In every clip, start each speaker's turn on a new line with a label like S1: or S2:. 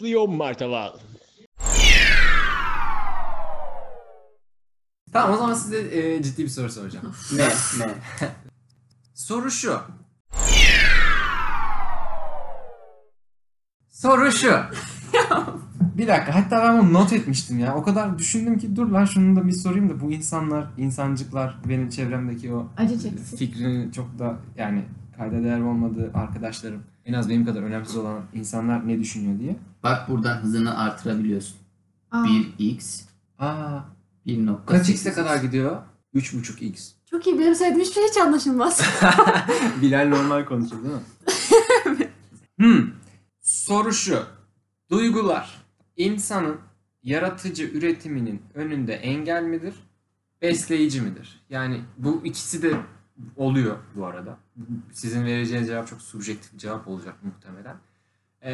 S1: milyon martaval.
S2: Tamam o zaman size e, ciddi bir soru soracağım.
S3: Ne? Ne?
S2: soru şu. soru şu. bir dakika hatta ben bunu not etmiştim ya. O kadar düşündüm ki dur lan şunu da bir sorayım da bu insanlar, insancıklar benim çevremdeki o
S4: Acı çeksin.
S2: fikrini çok da yani kayda değer olmadığı arkadaşlarım en az benim kadar önemsiz olan insanlar ne düşünüyor diye.
S3: Bak buradan hızını artırabiliyorsun.
S4: Aa,
S3: 1x
S2: Aa
S3: 1.8.
S2: kaç x'e kadar gidiyor? 3.5x.
S4: Çok iyi benim söylediğim hiçbir şey hiç anlaşılmaz.
S2: Bilal normal konuşuyor değil mi? hmm. Soru şu. Duygular insanın yaratıcı üretiminin önünde engel midir? Besleyici midir? Yani bu ikisi de oluyor bu arada. Sizin vereceğiniz cevap çok subjektif bir cevap olacak muhtemelen. Ee,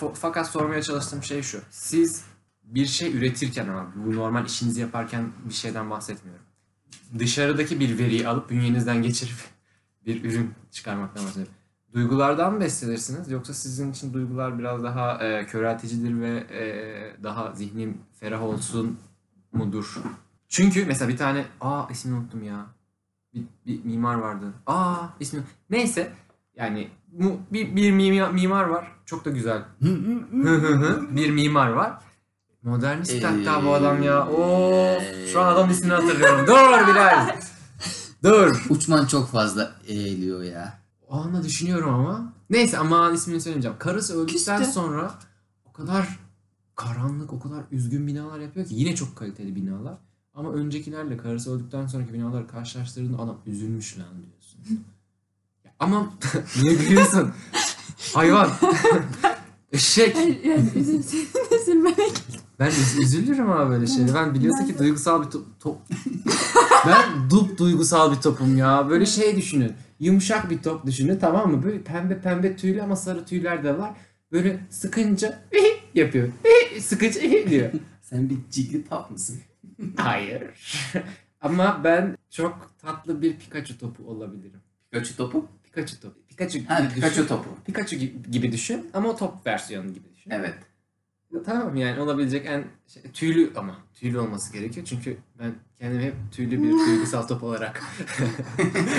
S2: fa- fakat sormaya çalıştığım şey şu. Siz bir şey üretirken ama bu normal işinizi yaparken bir şeyden bahsetmiyorum. Dışarıdaki bir veriyi alıp bünyenizden geçirip bir ürün çıkarmaktan bahsediyorum. Duygulardan mı beslenirsiniz yoksa sizin için duygular biraz daha e, körelticidir ve e, daha zihnim ferah olsun mudur? Çünkü mesela bir tane aa ismini unuttum ya. Bir, bir mimar vardı. Aa ismi neyse yani mu, bir, bir mimar, mimar var. Çok da güzel. Hı hı hı. bir mimar var. Modernist hatta bu adam ya. Oo, şu an adam ismini hatırlıyorum. Dur Bilal. Dur.
S3: Uçman çok fazla eğiliyor ya.
S2: O anda düşünüyorum ama. Neyse ama ismini söylemeyeceğim. Karısı öldükten
S4: Küstü.
S2: sonra o kadar karanlık, o kadar üzgün binalar yapıyor ki yine çok kaliteli binalar. Ama öncekilerle karısı öldükten sonraki binaları karşılaştırdığında adam üzülmüş lan diyorsun. Ya ama niye gülüyorsun? Hayvan. Eşek.
S4: Yani, yani üzülsün, üzülmemek.
S2: Ben üz- üzülürüm abi böyle şeyleri. Ben biliyorsun ki duygusal bir to- top. ben dup duygusal bir topum ya. Böyle şey düşünün. Yumuşak bir top düşünün tamam mı? Böyle pembe pembe tüylü ama sarı tüyler de var. Böyle sıkınca yapıyor. Sıkınca diyor.
S3: Sen bir cigli pap mısın?
S2: Hayır. ama ben çok tatlı bir Pikachu topu olabilirim.
S3: Pikachu topu?
S2: Pikachu topu. Pikachu gibi
S3: Ha
S2: düşün.
S3: Pikachu topu.
S2: Pikachu gi- gibi düşün ama o top versiyonu gibi düşün.
S3: Evet.
S2: Ya Tamam yani olabilecek en şey, tüylü ama tüylü olması gerekiyor. Çünkü ben kendimi hep tüylü bir duygusal top olarak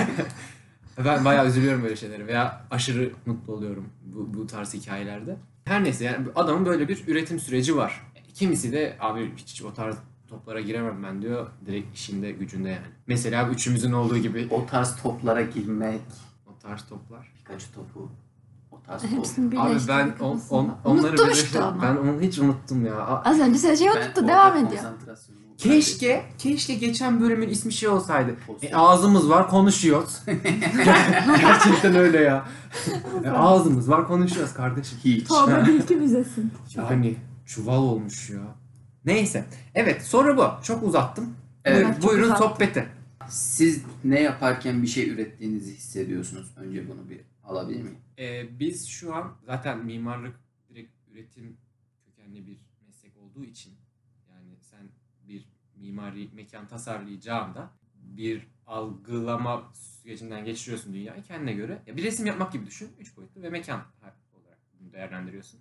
S2: ben bayağı üzülüyorum böyle şeylere veya aşırı mutlu oluyorum bu, bu tarz hikayelerde. Her neyse yani adamın böyle bir üretim süreci var. Kimisi de abi hiç o tarz toplara giremem ben diyor. Direkt işinde gücünde yani. Mesela üçümüzün olduğu gibi
S3: O tarz toplara girmek.
S2: o tarz toplar.
S3: Pikachu topu. O tarz top.
S4: Hepsini
S2: Abi
S4: birleştirdik
S2: ben on,
S4: kafasında.
S2: on, onları
S4: Unuttum
S2: böyle-
S4: işte ama.
S2: ben onu hiç unuttum ya. Aa,
S4: Az önce sen şey
S3: Ben
S4: unuttu
S3: orada
S4: devam ediyor.
S3: konsantrasyonumu
S2: Keşke, keşke geçen bölümün ismi şey olsaydı.
S3: kaybettim.
S2: E, ağzımız var konuşuyoruz. Gerçekten öyle ya. E, ağzımız var konuşuyoruz kardeşim.
S3: Hiç.
S4: Tövbe bilgi müzesin.
S2: Yani çuval olmuş ya. Neyse. Evet soru bu. Çok uzattım.
S3: Evet.
S4: Bak, çok
S2: Buyurun
S4: uzattım.
S2: sohbete.
S3: Siz ne yaparken bir şey ürettiğinizi hissediyorsunuz. Önce bunu bir alabilir miyim?
S2: Ee, biz şu an zaten mimarlık direkt üretim kökenli bir meslek olduğu için yani sen bir mimari mekan tasarlayacağında bir algılama sürecinden geçiriyorsun dünyayı kendine göre. Ya bir resim yapmak gibi düşün. Üç boyutlu ve mekan olarak bunu değerlendiriyorsun.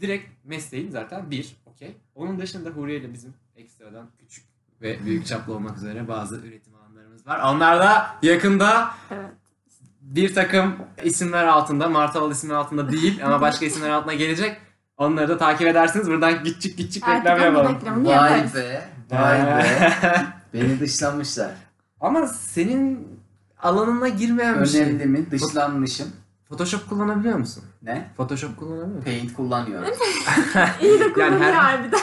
S2: Direkt mesleğin zaten bir, okey. Onun dışında Huriye ile bizim ekstradan küçük ve büyük çaplı olmak üzere bazı üretim alanlarımız var. Onlar da yakında
S4: Evet.
S2: bir takım isimler altında, Martaval ismi altında değil ama başka isimler altına gelecek. Onları da takip edersiniz. Buradan gitçik gitçik
S4: Artık
S2: reklam
S4: onun
S2: yapalım.
S4: reklamını yaparız.
S3: be. Vay be. Beni dışlamışlar.
S2: ama senin alanına girmeyen bir şey.
S3: Önemli mi? Dışlanmışım.
S2: Photoshop kullanabiliyor musun?
S3: Ne?
S2: Photoshop kullanabiliyor musun?
S3: Paint kullanıyorum.
S4: İyi de kullanıyor
S2: her-
S4: harbiden.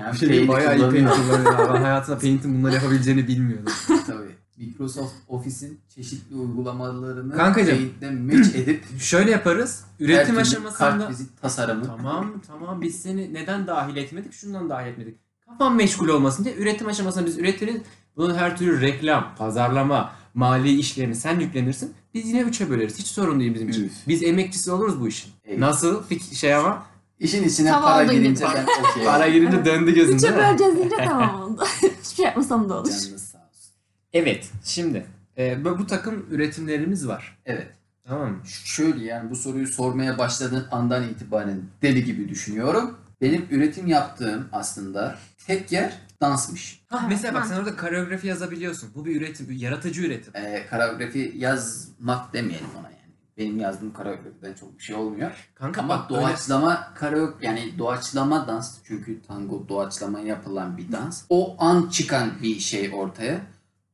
S3: Yani
S2: Şey, bayağı iyi paint
S3: kullanıyorum.
S2: kullanıyor. Ben hayatımda paint'in bunları yapabileceğini bilmiyordum.
S3: Tabii. Microsoft Office'in çeşitli uygulamalarını
S2: Kankacığım.
S3: Paint'le match edip
S2: Şöyle yaparız. Üretim
S3: her türlü
S2: aşamasında...
S3: kartvizit tasarımı.
S2: Tamam tamam biz seni neden dahil etmedik? Şundan dahil etmedik. Kafan meşgul olmasın diye üretim aşamasında biz üretiriz. Bunun her türlü reklam, pazarlama, mali işlerini sen yüklenirsin. Biz yine üçe böleriz. Hiç sorun değil bizim için.
S3: Üf.
S2: Biz emekçisi oluruz bu işin.
S3: Evet.
S2: Nasıl? Fik- şey ama
S3: İşin içine
S4: Tam
S3: para
S4: olduğu gibi.
S3: girince ben okey.
S2: para girince
S4: Evet.
S2: döndü gözünde.
S4: Üçe
S2: değil mi?
S4: böleceğiz deyince tamam oldu. Hiçbir şey yapmasam da olur.
S3: Canınız sağ olsun.
S2: Evet. Şimdi e, bu bu takım üretimlerimiz var.
S3: Evet.
S2: Tamam mı?
S3: Şöyle yani bu soruyu sormaya başladığın andan itibaren deli gibi düşünüyorum. Benim üretim yaptığım aslında tek yer dansmış.
S2: Ha,
S4: Ha,
S2: mesela bak
S4: ha.
S2: sen orada koreografi yazabiliyorsun. Bu bir üretim, bir yaratıcı üretim.
S3: Ee, koreografi yazmak demeyelim ona yani. Benim yazdığım koreografiden çok bir şey olmuyor.
S2: Kanka
S3: Ama
S2: bak böyle-
S3: doğaçlama kareo yani doğaçlama dans çünkü tango doğaçlama yapılan bir dans. O an çıkan bir şey ortaya.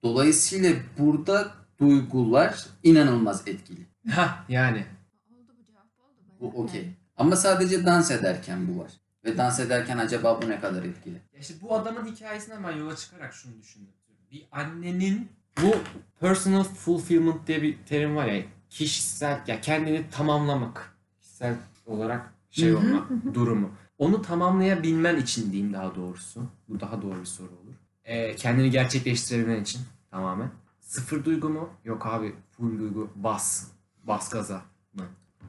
S3: Dolayısıyla burada duygular inanılmaz etkili.
S2: Ha yani.
S4: Oldu bu cevap oldu.
S3: Bu okey. Ama sadece dans ederken bu var. Ve dans ederken acaba bu ne kadar etkili?
S2: Ya işte bu adamın hikayesinden ben yola çıkarak şunu düşündüm. Bir annenin bu personal fulfillment diye bir terim var ya kişisel ya kendini tamamlamak kişisel olarak şey
S3: Hı hı,
S2: olma durumu. Onu tamamlayabilmen için diyeyim daha doğrusu. Bu daha doğru bir soru olur. Ee, kendini gerçekleştirebilmen için tamamen. Sıfır duygu mu? Yok abi full duygu. Bas. Bas gaza.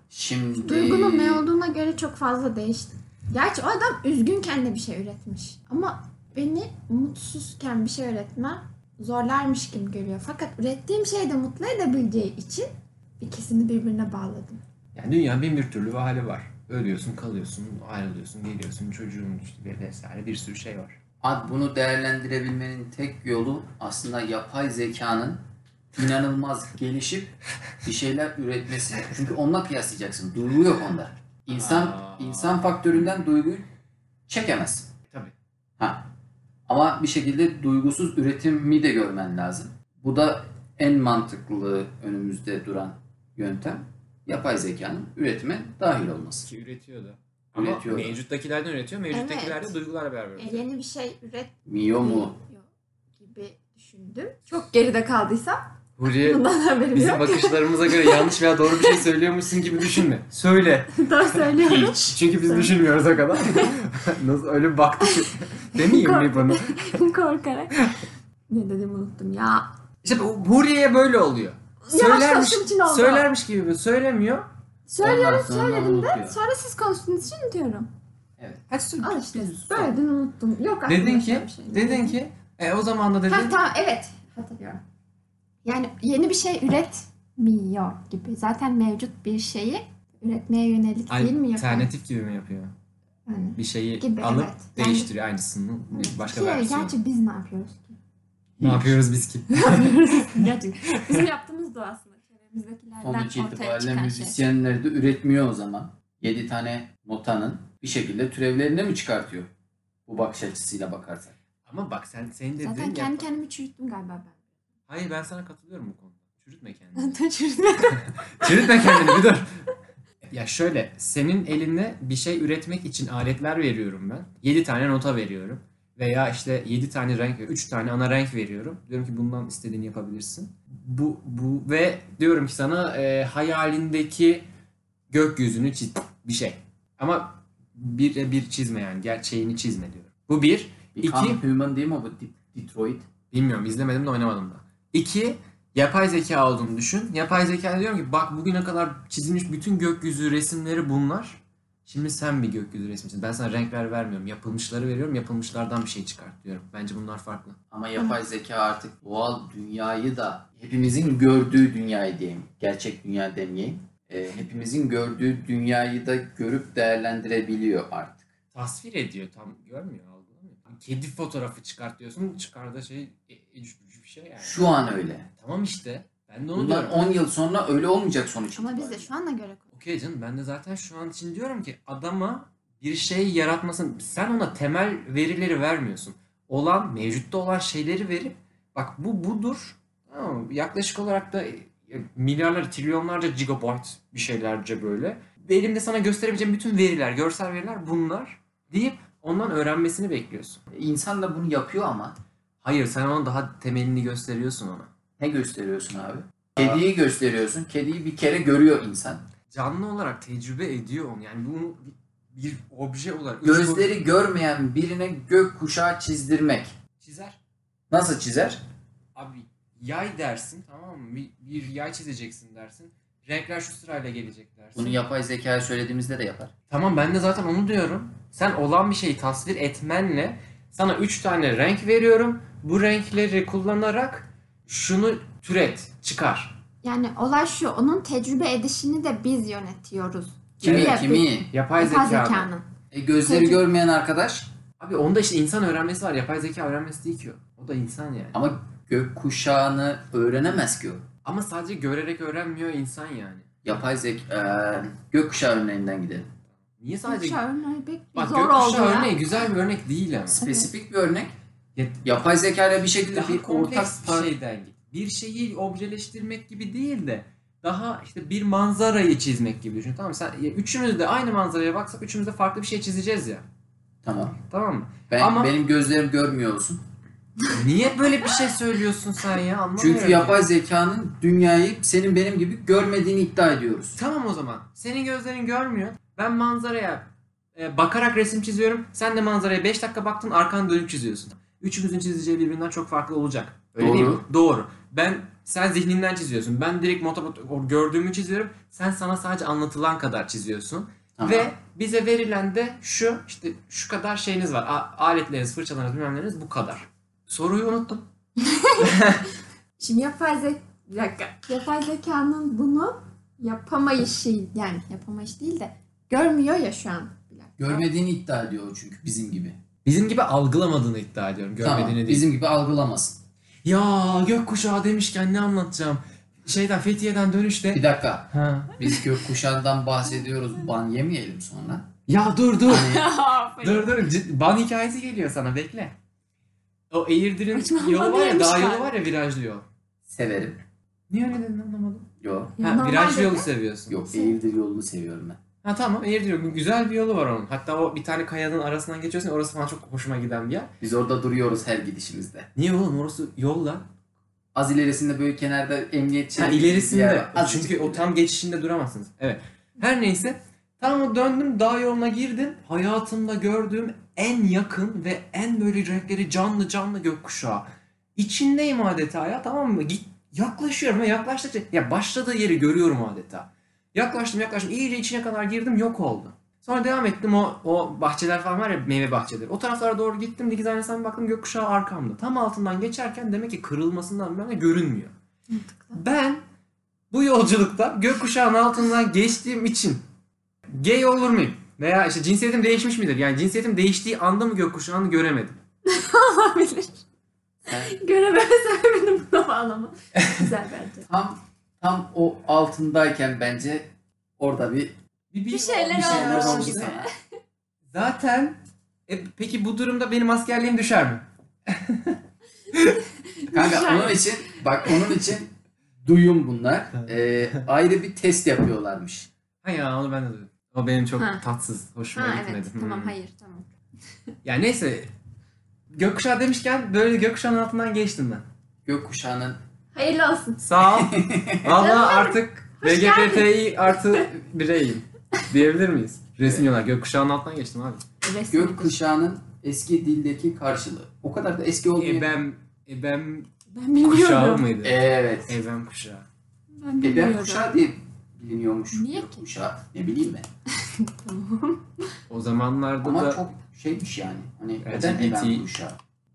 S3: Şimdi...
S4: Duygunun ne olduğuna göre çok fazla değişti. Gerçi o adam üzgünken de bir şey üretmiş. Ama beni mutsuzken bir şey üretmem zorlarmış gibi görüyor. Fakat ürettiğim şeyi de mutlu edebileceği için ikisini birbirine bağladım.
S2: Yani dünyanın bin bir türlü hali var. Ölüyorsun, kalıyorsun, ayrılıyorsun, geliyorsun, çocuğun işte vesaire bir sürü şey var.
S3: Abi bunu değerlendirebilmenin tek yolu aslında yapay zekanın inanılmaz gelişip bir şeyler üretmesi. Çünkü onunla kıyaslayacaksın. Duygu yok onda. İnsan
S2: Aa.
S3: insan faktöründen duyguyu çekemezsin.
S2: Tabii.
S3: Ha. Ama bir şekilde duygusuz üretimi de görmen lazım. Bu da en mantıklı önümüzde duran yöntem yapay zekanın üretime dahil olması.
S2: Ki üretiyor da. Ama
S3: Ama
S2: mevcuttakilerden üretiyor. Mevcuttakiler
S4: Evet.
S2: de duygularla beraber
S4: E,
S2: üretiyor.
S4: yeni bir şey üretmiyor
S3: Mio mu?
S4: gibi düşündüm. Çok geride kaldıysam
S2: Huriye
S4: bundan haberim
S2: E, bizim
S4: yok.
S2: bakışlarımıza göre yanlış veya doğru bir şey söylüyormuşsun gibi düşünme. Söyle.
S4: Doğru söylüyorum.
S2: Hiç. Çünkü biz
S4: Söyle.
S2: düşünmüyoruz o kadar. Nasıl öyle baktı ki. Demeyeyim mi bunu?
S4: Korkarak. Ne dedim unuttum ya.
S2: İşte bu- Huriye'ye böyle oluyor.
S4: Yavaş
S2: Söylermiş,
S4: konuştuğum için oldu.
S2: söylermiş gibi söylemiyor.
S4: Söylüyorum
S3: Ondan sonra
S4: söyledim de
S3: unutuyor.
S4: sonra siz konuştuğunuz için unutuyorum.
S2: Hadi söyle.
S4: Al işte söyledin unuttum. Yok aklımda
S2: Dedin
S4: başka
S2: ki,
S4: bir şey.
S2: dedin ki, e, o zaman da
S4: Ha
S2: dedin.
S4: tamam evet hatırlıyorum. Yani yeni bir şey üretmiyor gibi. Zaten mevcut bir şeyi üretmeye yönelik değil mi yapıyor?
S2: Alternatif gibi mi yapıyor?
S4: Yani.
S2: Bir şeyi
S4: Gibi,
S2: alıp
S4: evet. Yani-
S2: değiştiriyor aynısını. bir Başka
S4: Ki,
S2: versiyonu.
S4: Gerçi biz ne yapıyoruz ki?
S2: Ne yapıyoruz biz ki?
S4: Gerçekten. Bizim yaptığımız da aslında. Çevremizdekilerden
S3: Sonuç
S4: ortaya
S3: itibariyle
S4: çıkan şey.
S3: müzisyenler de üretmiyor o zaman. 7 tane notanın bir şekilde türevlerini mi çıkartıyor? Bu bakış açısıyla bakarsak.
S2: Ama bak sen senin dediğin
S4: Zaten
S2: ya-
S4: kendi kendimi çürüttüm galiba
S2: Hayır ben sana katılıyorum bu konuda. Çürütme kendini.
S4: ben. Çürütme.
S2: Çürütme kendini bir dur. Ya şöyle senin eline bir şey üretmek için aletler veriyorum ben. 7 tane nota veriyorum. Veya işte 7 tane renk, 3 tane ana renk veriyorum. Diyorum ki bundan istediğini yapabilirsin. Bu, bu ve diyorum ki sana e, hayalindeki gökyüzünü çiz bir şey. Ama bir bir çizme yani gerçeğini çizme diyorum. Bu bir.
S3: Become
S2: İki-
S3: Human değil mi bu De- Detroit?
S2: Bilmiyorum izlemedim de oynamadım da. İki, yapay zeka olduğunu düşün. Yapay zeka diyorum ki bak bugüne kadar çizilmiş bütün gökyüzü resimleri bunlar. Şimdi sen bir gökyüzü resmi çiz. Ben sana renkler vermiyorum. Yapılmışları veriyorum. Yapılmışlardan bir şey çıkart diyorum. Bence bunlar farklı.
S3: Ama yapay zeka artık doğal dünyayı da hepimizin gördüğü dünyayı diyeyim. Gerçek dünya demeyeyim. Ee, hepimizin gördüğü dünyayı da görüp değerlendirebiliyor artık.
S2: Tasvir ediyor tam görmüyor algılamıyor. Hani Kedi fotoğrafı çıkart diyorsun. Çıkarda şey bir şey yani.
S3: Şu an öyle.
S2: Tamam işte. Ben de onu
S3: Bundan 10 yıl sonra öyle olmayacak sonuç
S4: Ama biz de
S3: itibariyle.
S4: şu ana göre
S2: Okey canım ben de zaten şu an için diyorum ki adama bir şey yaratmasın. Sen ona temel verileri vermiyorsun. Olan, mevcutta olan şeyleri verip bak bu budur. Tamam mı? Yaklaşık olarak da e, milyarlar, trilyonlarca gigabyte bir şeylerce böyle. Elimde sana gösterebileceğim bütün veriler, görsel veriler bunlar deyip ondan öğrenmesini bekliyorsun.
S3: İnsan da bunu yapıyor ama
S2: Hayır sen ona daha temelini gösteriyorsun ona.
S3: ne gösteriyorsun abi? Kediyi gösteriyorsun. Kediyi bir kere görüyor insan.
S2: Canlı olarak tecrübe ediyor onu. Yani bunu bir, bir obje olarak. üç boyutlu
S3: Gözleri görmeyen birine gök kuşağı çizdirmek.
S2: çizer.
S3: Nasıl çizer?
S2: Abi yay dersin tamam mı? Bir, bir yay çizeceksin dersin. Renkler şu sırayla gelecek dersin.
S3: Bunu yapay zekaya söylediğimizde de yapar.
S2: Tamam ben de zaten onu diyorum. Sen olan bir şeyi tasvir etmenle sana 3 tane renk veriyorum. Bu renkleri kullanarak şunu türet, çıkar.
S4: Yani olay şu, onun tecrübe edişini de biz yönetiyoruz.
S3: Kimi
S4: Evet.
S3: kimi?
S2: Yapay
S4: Yapay
S2: zeka.
S4: zekanın.
S3: E, gözleri
S4: Tabii.
S3: görmeyen arkadaş
S2: Abi onda işte insan öğrenmesi var. Yapay zeka öğrenmesi değil ki o. O da insan yani.
S3: ama gök kuşağını öğrenemez ki o.
S2: Ama sadece görerek öğrenmiyor insan yani.
S3: Yapay zek e, gökkuşağı örneğinden gidelim.
S2: Niye sadece...
S4: Gökkuşağı örneği pek
S2: Bak
S4: zor oldu
S2: gökkuşağı
S4: ya.
S2: örneği güzel bir örnek değil ama.
S3: Spesifik bir örnek.
S2: Ya-
S3: Yapay zeka ile bir şekilde
S2: daha
S3: bir ortak
S2: kompleks bir şey.
S3: par-
S2: şeyden git. Bir şeyi objeleştirmek gibi değil de daha işte bir manzarayı çizmek gibi düşün. Tamam mı? Sen, ya üçümüz de aynı manzaraya baksak üçümüz de farklı bir şey çizeceğiz ya.
S3: Tamam.
S2: Tamam mı?
S3: Ben,
S2: Ama-
S3: Benim gözlerim görmüyor olsun.
S2: Niye böyle bir şey söylüyorsun sen ya? Anlamıyorum.
S3: Çünkü
S2: ya.
S3: yapay zekanın dünyayı senin benim gibi görmediğini iddia ediyoruz.
S2: Tamam o zaman. Senin gözlerin görmüyor. Ben manzaraya e, bakarak resim çiziyorum. Sen de manzaraya 5 dakika baktın arkanı dönüp çiziyorsun. Üçümüzün çizeceği birbirinden çok farklı olacak. Öyle
S3: Doğru.
S2: değil mi? Doğru. Ben sen zihninden çiziyorsun. Ben direkt motobot o gördüğümü çiziyorum. Sen sana sadece anlatılan kadar çiziyorsun.
S3: Tamam.
S2: Ve bize verilen de şu işte şu kadar şeyiniz var. A- aletleriniz, fırçalarınız, bilmem neleriniz bu kadar. Soruyu unuttum.
S4: Şimdi yapay zek bir dakika. Yapay zekanın bunu yapamayışı yani yapamayış değil de görmüyor ya şu an. Bir dakika.
S3: Görmediğini iddia ediyor o çünkü bizim gibi.
S2: Bizim gibi algılamadığını iddia ediyorum. Görmediğini
S3: tamam.
S2: değil.
S3: Bizim gibi algılamasın.
S2: Ya gökkuşağı demişken ne anlatacağım? Şeyden Fethiye'den dönüşte.
S3: Bir dakika.
S2: Ha.
S3: Biz gökkuşağından bahsediyoruz. Ban yemeyelim sonra.
S2: Ya dur dur.
S4: Aferin.
S3: Hani-
S2: dur dur. Cid- Ban hikayesi geliyor sana bekle. O Eğirdir'in
S4: Hiç ben
S2: yolu
S4: ban
S2: var ya dağ
S4: yemişler.
S2: yolu var ya virajlı yol.
S3: Severim.
S2: Niye öyle dedin anlamadım.
S3: Yok.
S4: Ya
S2: Ha,
S4: normal
S2: virajlı
S4: dedi.
S2: yolu seviyorsun.
S3: Yok. Eğirdir yolunu seviyorum ben.
S2: Ha tamam Eğirdir yolu. Güzel bir yolu var onun. Hatta o bir tane kayanın arasından geçiyorsun ya, orası falan çok hoşuma giden bir yer.
S3: Biz orada duruyoruz her gidişimizde.
S2: Niye oğlum orası yol lan.
S3: Az ilerisinde böyle kenarda emniyet
S2: Ha,
S3: şeridi gibi bir yer
S2: ilerisinde.
S3: var. Azıcık
S2: Çünkü o
S3: böyle.
S2: tam geçişinde duramazsınız. Evet. Her neyse. Tam o döndüm dağ yoluna girdim. Hayatımda gördüğüm en yakın ve en böyle renkleri canlı canlı gökkuşağı. İçindeyim adeta ya tamam mı? Git, yaklaşıyorum ve yaklaştıkça ya başladığı yeri görüyorum adeta. Yaklaştım yaklaştım iyice içine kadar girdim yok oldu. Sonra devam ettim o, o bahçeler falan var ya meyve bahçeleri. O taraflara doğru gittim dikiz aynasına bir baktım gökkuşağı arkamda. Tam altından geçerken demek ki kırılmasından ben de görünmüyor. Ben bu yolculukta gökkuşağının altından geçtiğim için gay olur muyum? Veya işte cinsiyetim değişmiş midir? Yani cinsiyetim değiştiği anda mı gökkuşağını göremedim?
S4: Olabilir. Görememe sebebini buna bağlama. Güzel bence.
S3: tam tam o altındayken bence orada bir
S4: Bir şeyler
S3: bir şeyler
S4: olmuş
S3: oldu
S4: gibi.
S3: sana.
S2: Zaten e, peki bu durumda benim askerliğim düşer mi?
S3: Kanka
S4: Güzel.
S3: onun için bak onun için duyum bunlar. Ee, ayrı bir test yapıyorlarmış.
S2: Ha ya onu ben de duydum. O benim çok
S4: Ha.
S2: tatsız, hoşuma
S4: Ha
S2: gitmedi.
S4: evet
S2: Hmm.
S4: tamam hayır tamam.
S2: Yani neyse gökkuşağı demişken böyle gökkuşağının altından geçtim ben.
S3: Gökkuşağının
S4: Hayırlı olsun.
S2: Sağ ol. Valla
S4: Canım,
S2: artık
S4: hoş
S2: LGBTİ artı bireyim. Diyebilir miyiz? Resim yollar. Gökkuşağının altından geçtim abi.
S4: Resmi.
S3: gökkuşağının eski dildeki karşılığı. O kadar da eski olmuyor.
S2: Ebem, ebem
S4: Ben
S2: kuşağı
S4: bilmiyorum.
S3: E-
S2: mıydı?
S3: Evet.
S2: Ebem kuşağı.
S4: Ben
S3: Ebem
S4: bilmiyorum.
S3: kuşağı diye biliniyormuş.
S4: Niye ki?
S3: Gökkuşağı. Ne bileyim ben.
S4: Tamam.
S2: O zamanlarda
S3: Ama
S2: da...
S3: çok şeymiş yani. Hani
S2: Evet,
S3: neden
S2: LGBT.
S3: Ebem kuşağı?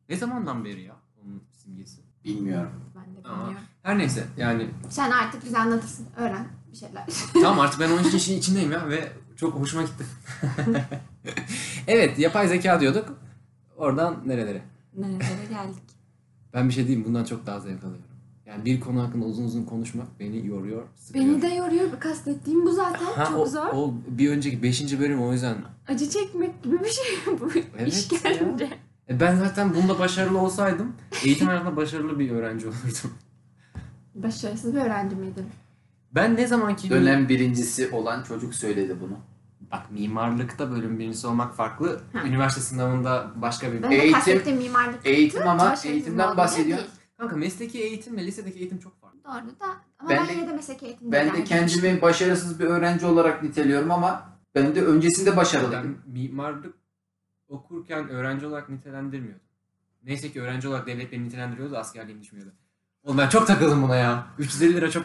S2: Ne zamandan beri ya onun simgesi?
S3: Bilmiyorum.
S4: Ben de
S2: Aa.
S4: bilmiyorum.
S2: Her neyse yani
S4: Sen artık bize anlatırsın. Öğren bir şeyler.
S2: tamam artık ben 12 kişinin içindeyim ya ve çok hoşuma gitti. evet yapay zeka diyorduk. Oradan nerelere?
S4: Nerelere geldik?
S2: Ben bir şey diyeyim bundan çok daha zevk alıyorum. Yani bir konu hakkında uzun uzun konuşmak beni yoruyor, sıkıyor.
S4: Beni de yoruyor. Kastettiğim bu zaten.
S2: Ha,
S4: Çok
S2: o,
S4: zor.
S2: O bir önceki 5. bölüm o yüzden.
S4: Acı çekmek gibi bir şey bu.
S2: Evet
S4: İşkence.
S2: E ben zaten bunda başarılı olsaydım eğitim hayatında başarılı bir öğrenci olurdum.
S4: Başarısız bir öğrenci miydim?
S2: Ben ne zamanki
S3: Dönem birincisi olan çocuk söyledi bunu.
S2: bak mimarlıkta bölüm birincisi olmak farklı.
S4: Ha.
S2: Üniversite sınavında başka bir E,
S4: Ben de
S3: Eğitim-
S4: kastettiğim mimarlık.
S3: Eğitim ama
S4: Başarısız
S3: eğitimden
S4: olduğu
S3: bahsediyor.
S4: değil.
S2: Kanka mesleki eğitimle lisedeki eğitim çok farklı.
S4: Doğru da ama
S3: Ben
S4: ben,
S3: de-
S4: yine de meslek eğitimine
S3: Ben de
S4: geldim.
S3: kendimi başarısız bir öğrenci olarak niteliyorum ama ben de öncesinde başarılıydım.
S2: Ben mimarlık okurken öğrenci olarak nitelendirmiyordum. Neyse ki öğrenci olarak devlet beni nitelendiriyordu askerliğim düşmüyordu. Oğlum ben çok takıldım buna ya. 350 lira çok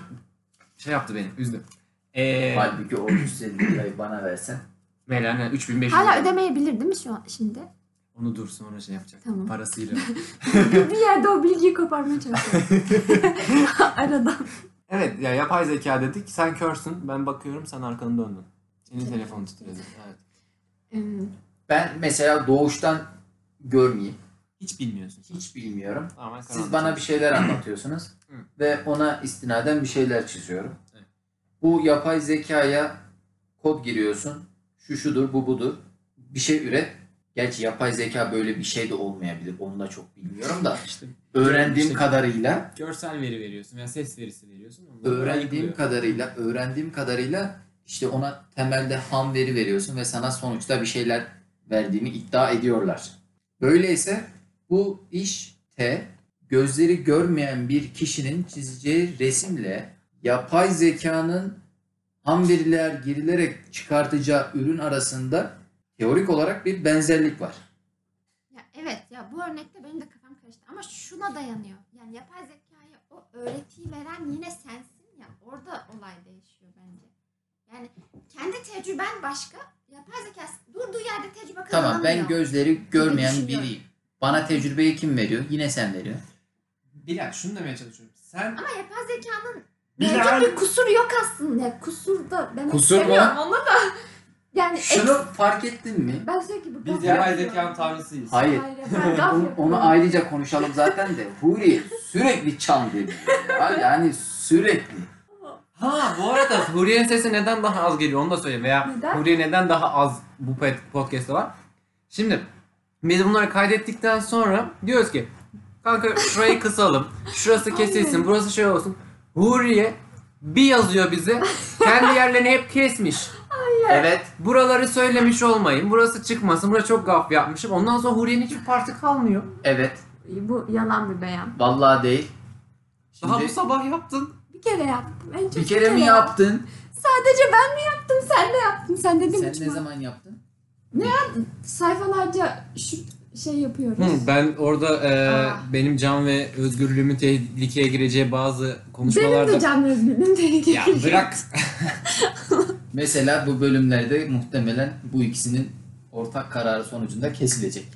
S2: şey yaptı beni üzdü. Ee,
S3: Halbuki o 350 lirayı bana versen.
S2: Meylen 3500
S4: Hala
S2: lira.
S4: ödemeyebilir değil mi şu an şimdi?
S2: Onu dur sonra şey yapacak.
S4: Tamam.
S2: Parasıyla.
S4: bir yerde o bilgiyi koparmaya çalışıyorum. Arada.
S2: evet ya yapay zeka dedik. Sen körsün. Ben bakıyorum sen arkanı döndün. Senin
S4: Telefon.
S2: telefon titredi. Evet.
S4: Em,
S3: Ben mesela doğuştan görmeyeyim.
S2: Hiç bilmiyorsun.
S3: Hiç bilmiyorum.
S2: Tamamen
S3: Siz bana bir şeyler anlatıyorsunuz
S2: Hı.
S3: ve ona istinaden bir şeyler çiziyorum.
S2: Evet.
S3: Bu yapay zekaya kod giriyorsun. Şu şudur, bu budur. Bir şey üret. Gerçi yapay zeka böyle bir şey de olmayabilir. Onu da çok bilmiyorum da.
S2: İşte
S3: Öğrendiğim
S2: İşte-
S3: kadarıyla,
S2: görsel veri veriyorsun veya ses verisi veriyorsun. Onlar
S3: öğrendiğim
S2: yıkılıyor.
S3: kadarıyla, öğrendiğim kadarıyla işte ona temelde ham veri veriyorsun ve sana sonuçta bir şeyler verdiğini iddia ediyorlar. Böyleyse bu iş T gözleri görmeyen bir kişinin çizeceği resimle yapay zekanın ham veriler girilerek çıkartacağı ürün arasında teorik olarak bir benzerlik var.
S4: Ya evet ya bu örnekte benim de kafam karıştı ama şuna dayanıyor. Yani yapay zekaya o öğretiyi veren yine sensin ya. Orada olay değişiyor bence. Yani kendi tecrüben başka. Yapay zeka durduğu yerde tecrübe kazanamıyor.
S3: Tamam ben gözleri görmeyen
S4: düşünüyorum.
S3: biriyim. Bana tecrübeyi kim veriyor? Yine sen veriyor.
S2: Bilal şunu demeye çalışıyorum. Sen
S4: Ama yapay zekanın mevcut bir kusur yok aslında. Ya, kusur da demek
S3: Kusur mu?
S4: istemiyorum ona da. Yani
S3: Şunu
S4: eks-
S3: fark ettin mi?
S4: ben sürekli bu
S2: biz
S4: gaf
S2: yapay
S4: yapıyorum.
S2: zekanın tanrısıyız.
S3: Hayır.
S4: Hayır ben gaf
S3: Onu,
S4: yapıyorum.
S3: onu ayrıca konuşalım zaten de. Huri sürekli çan dedi. Ya. Yani sürekli.
S2: Ha bu arada Huriye'nin sesi neden daha az geliyor onu da söyle veya
S4: Neden?
S2: Huriye neden daha az bu pe- podcast'te var. Şimdi biz bunları kaydettikten sonra diyoruz ki kanka şurayı kısalım, şurası kesilsin,
S4: Aynen.
S2: burası şey olsun. Huriye bir yazıyor bize kendi yerlerini hep kesmiş.
S3: Evet.
S2: Buraları söylemiş olmayın, burası çıkmasın, burası çok gaf yapmışım. Ondan sonra Huriye'nin hiçbir parti kalmıyor.
S3: Evet.
S4: Bu yalan bir beyan.
S3: Vallahi değil.
S2: Daha
S3: Şimdi
S2: bu sabah yaptın.
S4: Bir kere yaptım. En çok
S3: bir kere mi
S4: yaptım?
S3: yaptın?
S4: Sadece ben mi yaptım? Sen de yaptın. Sen de
S3: Sen
S4: değil
S3: ne
S4: mi?
S3: zaman yaptın?
S4: Sayfalarca şu şey yapıyoruz.
S2: Hı,
S3: Hmm,
S2: ben orada e,
S4: Aa.
S2: benim can ve özgürlüğümün tehlikeye gireceği bazı
S4: Benim
S2: konuşmalarda...
S4: de canlı özgürlüğüm tehlikeli.
S2: Ya bırak.
S3: Mesela bu bölümlerde muhtemelen bu ikisinin ortak kararı sonucunda kesilecek.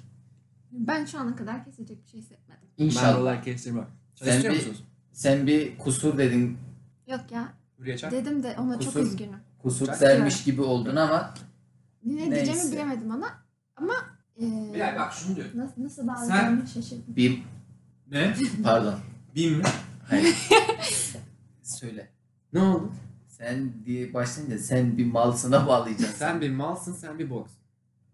S4: Ben şu ana kadar kesecek bir şey hissetmedim.
S2: ben
S3: İnşallah.
S2: roller kestirme. Çay
S3: Sen
S2: istiyor
S3: bir-
S2: musunuz?
S3: Sen bir kusur dedin.
S4: Yok ya
S2: Hürriye çay.
S4: dedim de ona çok
S3: Kusur.
S4: üzgünüm.
S3: Kusur
S2: Çay.
S3: dermiş gibi oldun ama
S4: Ne
S3: Neyse.
S4: diyeceğimi bilemedim ona. Ama e,
S2: Bilal bak şunu diyor.
S4: nasıl, nasıl bağlayacağımı şaşırdım.
S3: bir
S2: Ne?
S3: pardon.
S2: Bin mi?
S3: Hayır. Söyle.
S2: Ne oldu?
S3: Sen diye başlayınca sen bir malsına bağlayacaksın.
S2: Sen bir malsın, sen bir boks.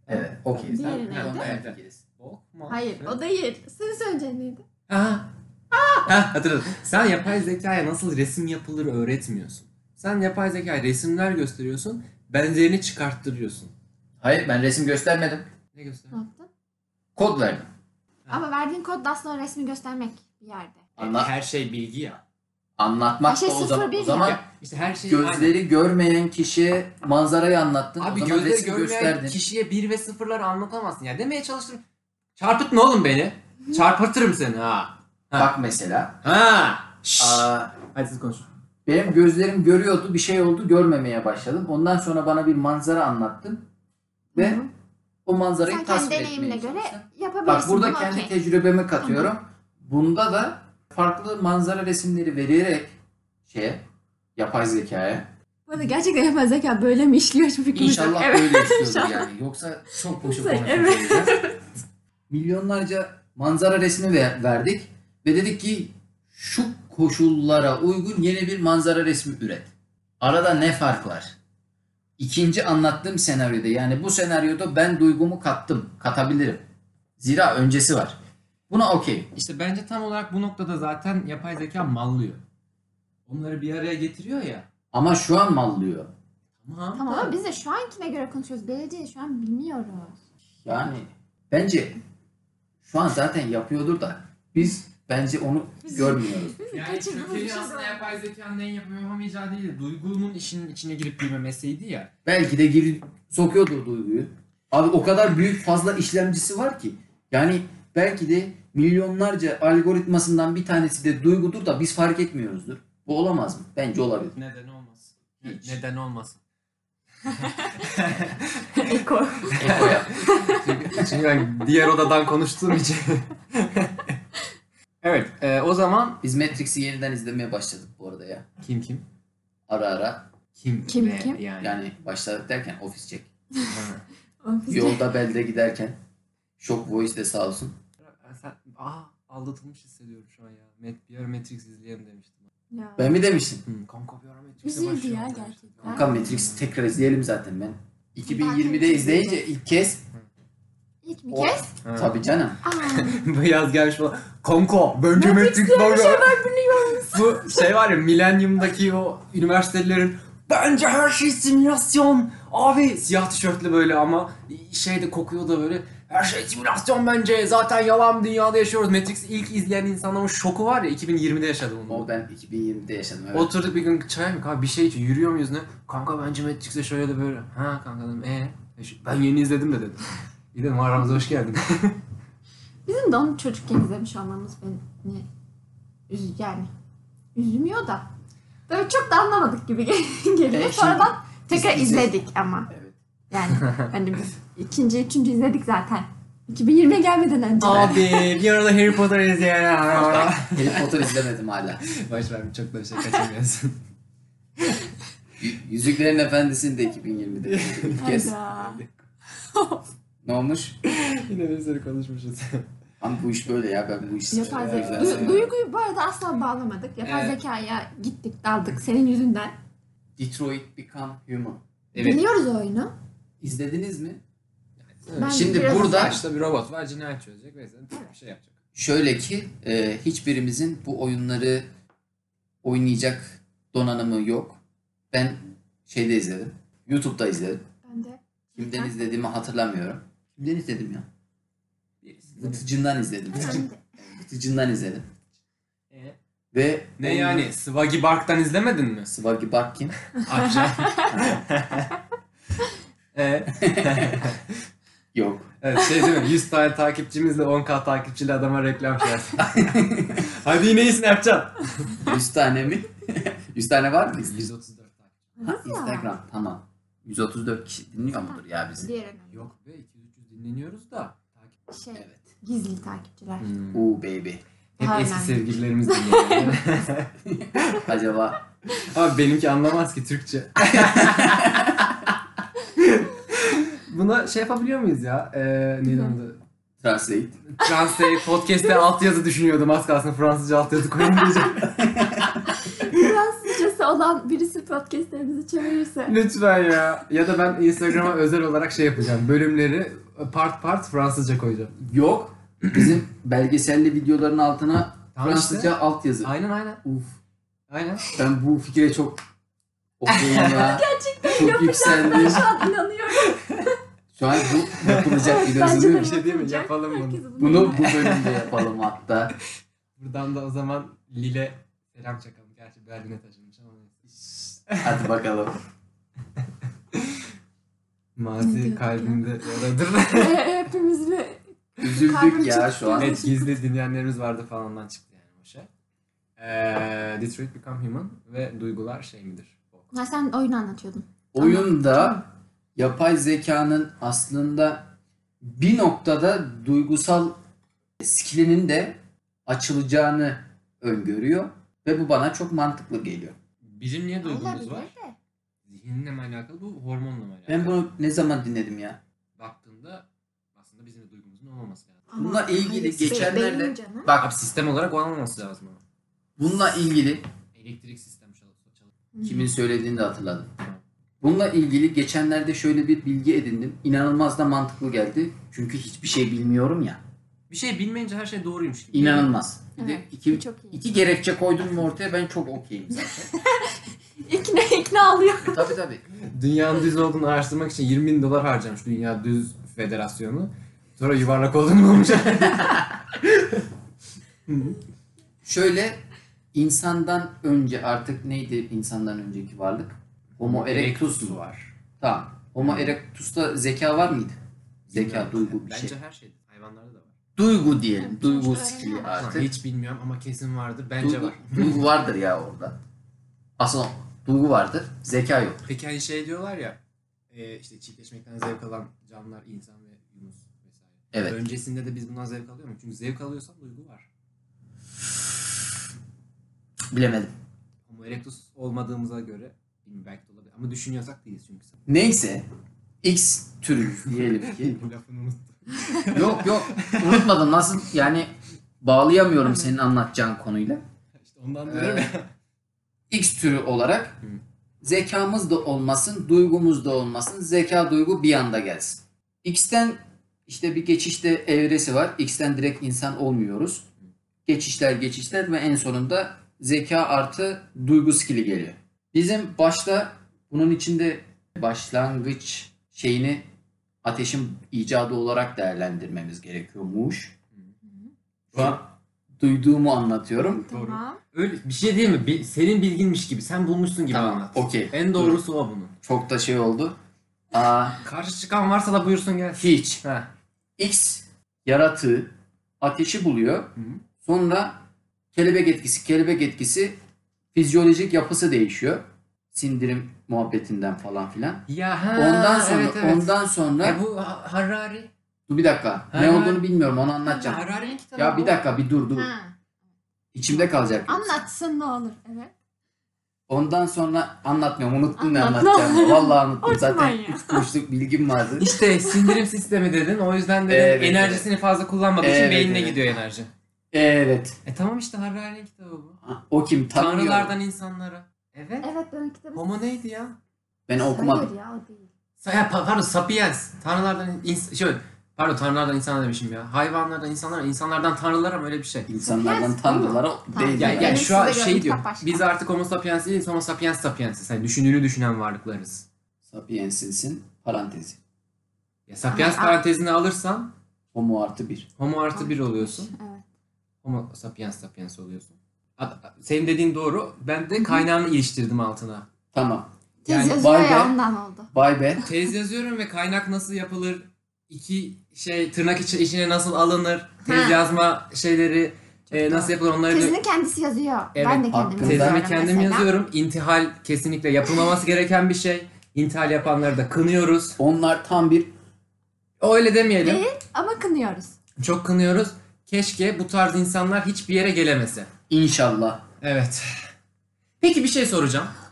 S3: Evet,
S4: Diğeri
S3: okey. Sen-
S4: neydi?
S3: Onda hemfikiriz.
S2: Bok mal.
S4: Hayır o değil. Senin söyleyeceğin neydi?
S2: Aha. Ha, hatırladım. Sen yapay zekaya nasıl resim yapılır öğretmiyorsun. Sen yapay zekaya resimler gösteriyorsun, benzerini çıkarttırıyorsun.
S3: Hayır, ben resim göstermedim.
S2: Ne göster?
S4: Ne yaptın?
S3: Kod verdim.
S2: Ha.
S4: Ama verdiğin kod da aslında o resmi göstermek bir yerde.
S3: Anla-
S2: Her şey bilgi ya.
S3: Anlatmak
S4: Her şey
S3: da o zaman,
S4: 01
S3: o
S4: ya.
S3: zaman
S2: Ya, İşte her şey
S3: gözleri görmeyen kişiye manzarayı anlattın.
S2: Abi
S3: o zaman
S2: gözleri
S3: resim
S2: görmeyen
S3: gösterdin.
S2: kişiye bir ve sıfırları anlatamazsın. Ya demeye çalıştım. Çarpıtma oğlum beni. Çarpıtırım seni ha. Ha.
S3: Bak mesela.
S2: Ha. Şşş.
S3: Aa,
S2: Hadi siz konuşun.
S3: benim gözlerim görüyordu, bir şey oldu, görmemeye başladım. Ondan sonra bana bir manzara anlattın ve
S4: Hı hı.
S3: o manzarayı
S4: Sen kendi
S3: tasvir
S4: deneyimine
S3: etmeye
S4: göre
S3: çalıştın.
S4: yapabilirsin.
S3: Bak burada
S4: bunu,
S3: kendi
S4: okey.
S3: tecrübemi katıyorum. Bunda da farklı manzara resimleri vererek şeye, yapay zekaya
S4: Bu arada gerçekten yapay zeka böyle mi işliyor hiçbir fikrimiz yok.
S3: İnşallah
S4: Evet.
S3: böyle istiyordur yani. Yoksa çok boşu
S4: Yoksa-
S3: konuşmuş olacağız. Milyonlarca manzara resmi ver- verdik ve dedik ki şu koşullara uygun yeni bir manzara resmi üret. Arada ne fark var? İkinci anlattığım senaryoda yani bu senaryoda ben duygumu kattım, katabilirim. Zira öncesi var. Buna okey.
S2: İşte bence tam olarak bu noktada zaten yapay zeka mallıyor. Onları bir araya getiriyor ya.
S3: Ama şu an mallıyor.
S2: Tamam.
S4: Tamam
S2: da-
S4: ama biz de şu ankine göre konuşuyoruz. Geleceği şu an bilmiyoruz.
S3: Yani bence şu an zaten yapıyordur da biz bence onu
S4: Biz-
S3: görmüyoruz.
S4: Biz
S2: Yani Türkiye'nin aslında yapay zekanın en yapamayacağı değil de duygunun işinin içine girip girmemesiydi ya.
S3: Belki de gir sokuyordur duyguyu. Abi o kadar büyük fazla işlemcisi var ki. Yani belki de milyonlarca algoritmasından bir tanesi de duygudur da biz fark etmiyoruzdur. Bu olamaz mı? Bence olabilir.
S2: Neden olmasın?
S3: Hiç.
S2: Neden olmasın?
S4: Eko.
S3: Eko ya.
S2: Çünkü ben diğer odadan konuştuğum için. evet e, o zaman
S3: Biz Matrix'i yeniden izlemeye başladık bu arada ya.
S2: kim kim?
S3: Ara ara.
S2: Kim
S4: Kim
S2: ve
S4: kim?
S2: Yani.
S3: Yani başladık derken ofis çek.
S2: Ha.
S3: Yolda belde giderken. Shock Voice de sağ olsun.
S2: Sen, aa aldatılmış hissediyorum şu an ya. Met, Matrix izleyelim demiştim. Hmm,
S4: Ya.
S3: Ben mi demiştim?
S2: Hı, kanka Biometrix'e
S1: Üzüldü
S2: başlayalım
S1: ya
S2: demiştim.
S1: gerçekten.
S3: Kanka Matrix'i tekrar izleyelim zaten ben. 2020'de
S4: Zaten
S3: izleyince ilk kez
S4: İlk bir
S3: O-
S4: kez.
S2: Ha.
S3: tabii canım.
S4: Aa,
S2: Bu yaz gelmiş falan. Kanka bence Matrix var ya. Bu şey var ya milenyumdaki o üniversitelerin bence her şey simülasyon. Abi siyah tişörtlü böyle ama şey de kokuyor da böyle her şey simülasyon bence zaten yalan dünyada yaşıyoruz. Matrix ilk izleyen insanların o şoku var ya 2020'de yaşadım onu.
S3: O ben 2020'de yaşadım evet.
S2: Oturduk bir gün çay mı kahve bir şey içiyor. Yürüyor muyuz ne? Kanka bence Matrix'e şöyle de böyle. Ha kanka dedim ee? E şu- Ben yeni izledim de dedim. İyi dedim aramıza hoş geldin.
S4: bizim de onu çocukken izlemiş olmamız beni üz yani üzmüyor da. Böyle çok da anlamadık gibi gel- geliyor.
S3: E, şimdi
S4: Sonradan tekrar
S3: biz
S4: izledik ama.
S3: Evet.
S4: Yani hani biz ikinci, üçüncü izledik zaten. 2020'ye gelmeden önce.
S2: Abi bir arada Harry Potter izleyen.
S3: Harry Potter izlemedim hala.
S2: Boş ver çok da şey kaçırmayasın.
S3: Y- Yüzüklerin Efendisi'ni de 2020'de izledim ilk kez.
S1: Hayda.
S3: Ne olmuş?
S2: Yine bir sürü konuşmuşuz.
S3: Ama bu iş böyle ya ben bu işi
S4: Yapay
S3: seviyorum.
S4: zeka.
S3: Ben
S4: Du-
S3: seviyorum.
S4: duyguyu bu arada asla bağlamadık. Yapay
S2: Evet.
S4: zekaya gittik daldık senin yüzünden.
S3: Detroit Become Human.
S2: Evet.
S4: Biliyoruz oyunu.
S3: İzlediniz mi?
S4: Ben
S3: Şimdi
S4: biraz-
S3: burada
S2: Başta bir robot var cinayet çözecek ve bir şey yapacak.
S3: şöyle ki e, hiçbirimizin bu oyunları oynayacak donanımı yok. Ben şeyde izledim. YouTube'da izledim.
S4: Ben de.
S3: Kimden izlediğimi hatırlamıyorum. Kimden izledim ya? Vıtıcından izledim.
S4: Ben de.
S3: Vıtıcından izledim.
S2: Ee?
S3: Ve
S2: Ne yani? Swaggy Bark'tan izlemedin mi?
S3: Svagi Bark kim?
S2: Akşam. Ee,
S3: Yok.
S2: evet şey değil mi? 100 tane takipçimizle 10k takipçili adama reklam şey yapsın. Hadi yine iyisini yapacaksın.
S3: 100 tane mi? 100 tane var mı?
S2: 134 takipçi.
S4: Nasıl ya?
S3: Instagram tamam. 134 kişi dinliyor mudur ya bizi?
S4: Diğer önemli.
S2: Yok be 200-300 dinleniyoruz da. Takip.
S4: Şey,
S3: Evet.
S4: gizli takipçiler.
S2: Hmm.
S3: Uuu baby.
S2: Hep
S4: Aynen.
S2: eski sevgililerimiz dinleniyor.
S3: Acaba
S2: Abi benimki anlamaz ki Türkçe. Buna şey yapabiliyor muyuz ya? Ee, neydi onun adı?
S3: translate.
S2: Translate podcast'te altyazı düşünüyordum. Az kalsın Fransızca altyazı koyayım diyeceğim.
S4: Fransızcası olan birisi podcastlerimizi çevirirse.
S2: Lütfen ya. Ya da ben Instagram'a özel olarak şey yapacağım. Bölümleri part part Fransızca koyacağım.
S3: Yok. Bizim belgeselli videoların altına
S2: Tamam işte.
S3: Fransızca altyazı.
S2: Aynen aynen.
S3: Uf.
S2: Aynen.
S3: Ben bu fikre çok okuyayım ya. Gerçekten çok
S4: Ben
S3: yükseldim.
S4: şu an inanıyorum.
S3: Şu an bu yapılacak
S4: Bence de
S3: inanılır.
S2: Bir şey değil mi?
S4: yapılacak.
S2: Yapalım bunu.
S4: Herkes
S3: Bunu bu bölümde yapalım hatta.
S2: Buradan da o zaman Lile selam çakalım. Gerçi Berlin'e taşınmış ama neyse.
S3: Hadi bakalım.
S4: Ne
S2: Mazi
S4: diyorduk
S2: kalbimde yaradır.
S4: Ee, Hepimiz bir Kalbim
S3: Üzüldük ya
S4: çıktı.
S3: şu an.
S2: Evet gizli dinleyenlerimiz vardı falandan çıktı yani o şey. Ee, Detroit Become Human ve duygular şey midir?
S4: Ya sen oyunu anlatıyordun.
S3: Oyunda yapay zekanın aslında bir noktada duygusal skillinin de açılacağını öngörüyor ve bu bana çok mantıklı geliyor.
S2: Bizim niye duygumuz var?
S4: de.
S2: Zihinle mi alakalı bu, hormonla mı alakalı?
S3: Ben bunu ne zaman dinledim ya?
S2: Baktığında aslında bizim de duygumuzun olmaması lazım.
S4: Ama
S3: Bununla ilgili
S4: hayır,
S3: geçenlerde-
S4: benim canım.
S2: Abi
S3: Bak
S2: sistem olarak o olmaması lazım ama.
S3: bununla ilgili
S2: Elektrik sistemi çalışıyor. çalışıyor.
S3: kimin söylediğini de hatırladım. Bununla ilgili geçenlerde şöyle bir bilgi edindim. İnanılmaz da mantıklı geldi. Çünkü hiçbir şey bilmiyorum ya.
S2: Bir şey bilmeyince her şey doğruymuş gibi.
S3: İnanılmaz. Bir de
S4: Evet,
S3: iki,
S4: çok iyi.
S3: iki gerekçe koydum mu ortaya ben çok okeyim zaten.
S4: İkna, ikna alıyor.
S3: tabii tabii.
S2: Dünyanın düz olduğunu araştırmak için 20 bin dolar harcamış Dünya Düz Federasyonu. Sonra yuvarlak olduğunu bulmuş.
S3: Şöyle insandan önce artık neydi insandan önceki varlık? Homo erectus mu?
S2: var.
S3: Tamam. Homo erectus'ta zeka var mıydı? Zeka,
S2: Bilmiyorum.
S3: duygu bir
S2: Bence
S3: şey.
S2: her şeyde. Hayvanlarda da var.
S3: Duygu diyelim. Duygu
S4: Sonuçta
S3: skili
S4: öğreniyor.
S3: artık.
S2: Hiç bilmiyorum ama kesin vardır. Bence
S3: Duygu,
S2: var.
S3: duygu vardır ya orada. Aslında duygu vardır. Zeka yok.
S2: Peki hani şey diyorlar ya e, işte çiftleşmekten zevk alan canlılar insan ve yunus vesaire.
S3: Evet.
S2: Öncesinde de biz bundan zevk alıyor muyuz? Çünkü zevk alıyorsan duygu var.
S3: Bilemedim.
S2: Homo erectus olmadığımıza göre bilmiyorum, belki de olabilir. Ama düşünüyorsak değiliz çünkü.
S3: Neyse. X türü diyelim ki.
S5: Bu lafını unuttum.
S3: yok yok unutmadım nasıl yani bağlayamıyorum senin anlatacağın konuyla.
S5: İşte ondan diyorum
S3: Ee,
S5: ya.
S3: X türü olarak zekamız da olmasın, duygumuz da olmasın. Zeka duygu bir anda gelsin. X'ten işte bir geçişte evresi var. X'ten direkt insan olmuyoruz. Geçişler geçişler ve en sonunda zeka artı duygu skili geliyor. Bizim başta bunun içinde başlangıç şeyini ateşin icadı olarak değerlendirmemiz gerekiyormuş. Şu an duyduğumu anlatıyorum.
S5: Doğru.
S4: Tamam.
S2: Öyle bir şey değil mi? Bi- senin bilginmiş gibi, sen bulmuşsun gibi
S3: Tamam,
S2: anlat.
S3: okey.
S2: En doğrusu o bunun.
S3: Çok da şey oldu. Aa,
S2: Karşı çıkan varsa da buyursun gel.
S3: hiç.
S2: Heh.
S3: X yaratığı ateşi buluyor. Sonra kelebek etkisi, kelebek etkisi fizyolojik yapısı değişiyor. Sindirim muhabbetinden falan filan.
S2: Ya ha,
S3: Ondan sonra
S2: evet, evet.
S3: ondan sonra
S2: E bu Ha- Harari.
S3: dur bir dakika.
S2: Ha.
S3: Ne olduğunu bilmiyorum. Onu anlatacağım.
S2: Harari'nin kitabı
S3: Ya
S2: bu.
S3: bir dakika bir dur dur.
S4: Ha.
S3: İçimde kalacak.
S4: Anlatsın ne olur. Evet.
S3: Ondan sonra anlatmıyorum. Unuttum ne
S4: Anlat, ne
S3: anlatacağımı.
S4: olur.
S3: Vallahi unuttum.
S4: Unutma
S3: Zaten
S4: ya.
S3: üç kuruşluk bilgim vardı.
S2: İşte sindirim sistemi dedin. O yüzden de
S3: Evet,
S2: enerjisini fazla kullanmadığı için
S3: Evet,
S2: beynine
S3: evet.
S2: gidiyor enerji.
S3: Evet.
S2: E tamam işte Harari'nin kitabı bu.
S3: Ha, O kim? Tanrıyorum.
S2: Tanrılardan insanlara. Evet.
S4: Evet ben kitabı...
S2: Homo neydi ya?
S3: Ben okumadım.
S4: Hayır ya o değil.
S2: Sa- ya, pa- pardon sapiens. Tanrılardan ins şöyle pardon tanrılardan insanlara demişim ya. Hayvanlardan insanlara, insanlardan tanrılara mı öyle bir şey?
S3: İnsanlardan
S4: Sapiens
S3: tanrılara değil.
S2: Ya,
S3: yani.
S2: ya
S4: Benim
S2: şu an
S4: size göre
S2: şey
S4: bir
S2: diyor.
S4: kitap başka.
S2: Biz artık homo sapiens değiliz, homo sapiens sapiensiz. Hani düşündüğünü düşünen varlıklarız.
S3: Sapiens'insin parantezi.
S2: Ya sapiens
S4: Aha.
S2: parantezini alırsan
S3: Homo artı bir.
S2: homo artı bir oluyorsun.
S4: Evet.
S2: Homo sapiens sapiens oluyorsun. A- a- Senin dediğin doğru. Ben de kaynağını iliştirdim altına.
S3: Tamam.
S4: Tez
S2: Yani
S4: yazıyor
S3: vay
S4: ya
S3: be.
S4: ondan oldu.
S3: Vay be.
S2: Tez yazıyorum ve kaynak nasıl yapılır? İki şey tırnak içi, içine nasıl alınır? Tez
S4: Ha.
S2: yazma şeyleri e,
S4: doğru.
S2: nasıl yapılır onları da
S4: Tezini kendisi yazıyor.
S2: Evet,
S4: ben de
S3: hakkında.
S4: kendim yazıyorum
S2: Tezimi kendim
S4: mesela.
S2: yazıyorum. İntihal kesinlikle yapılmaması gereken bir şey. İntihal yapanları da kınıyoruz.
S3: Onlar tam bir
S2: Öyle demeyelim.
S4: Değil ama kınıyoruz.
S2: Çok kınıyoruz. Keşke bu tarz insanlar hiçbir yere gelemese.
S3: inşallah.
S2: Evet. Peki bir şey soracağım.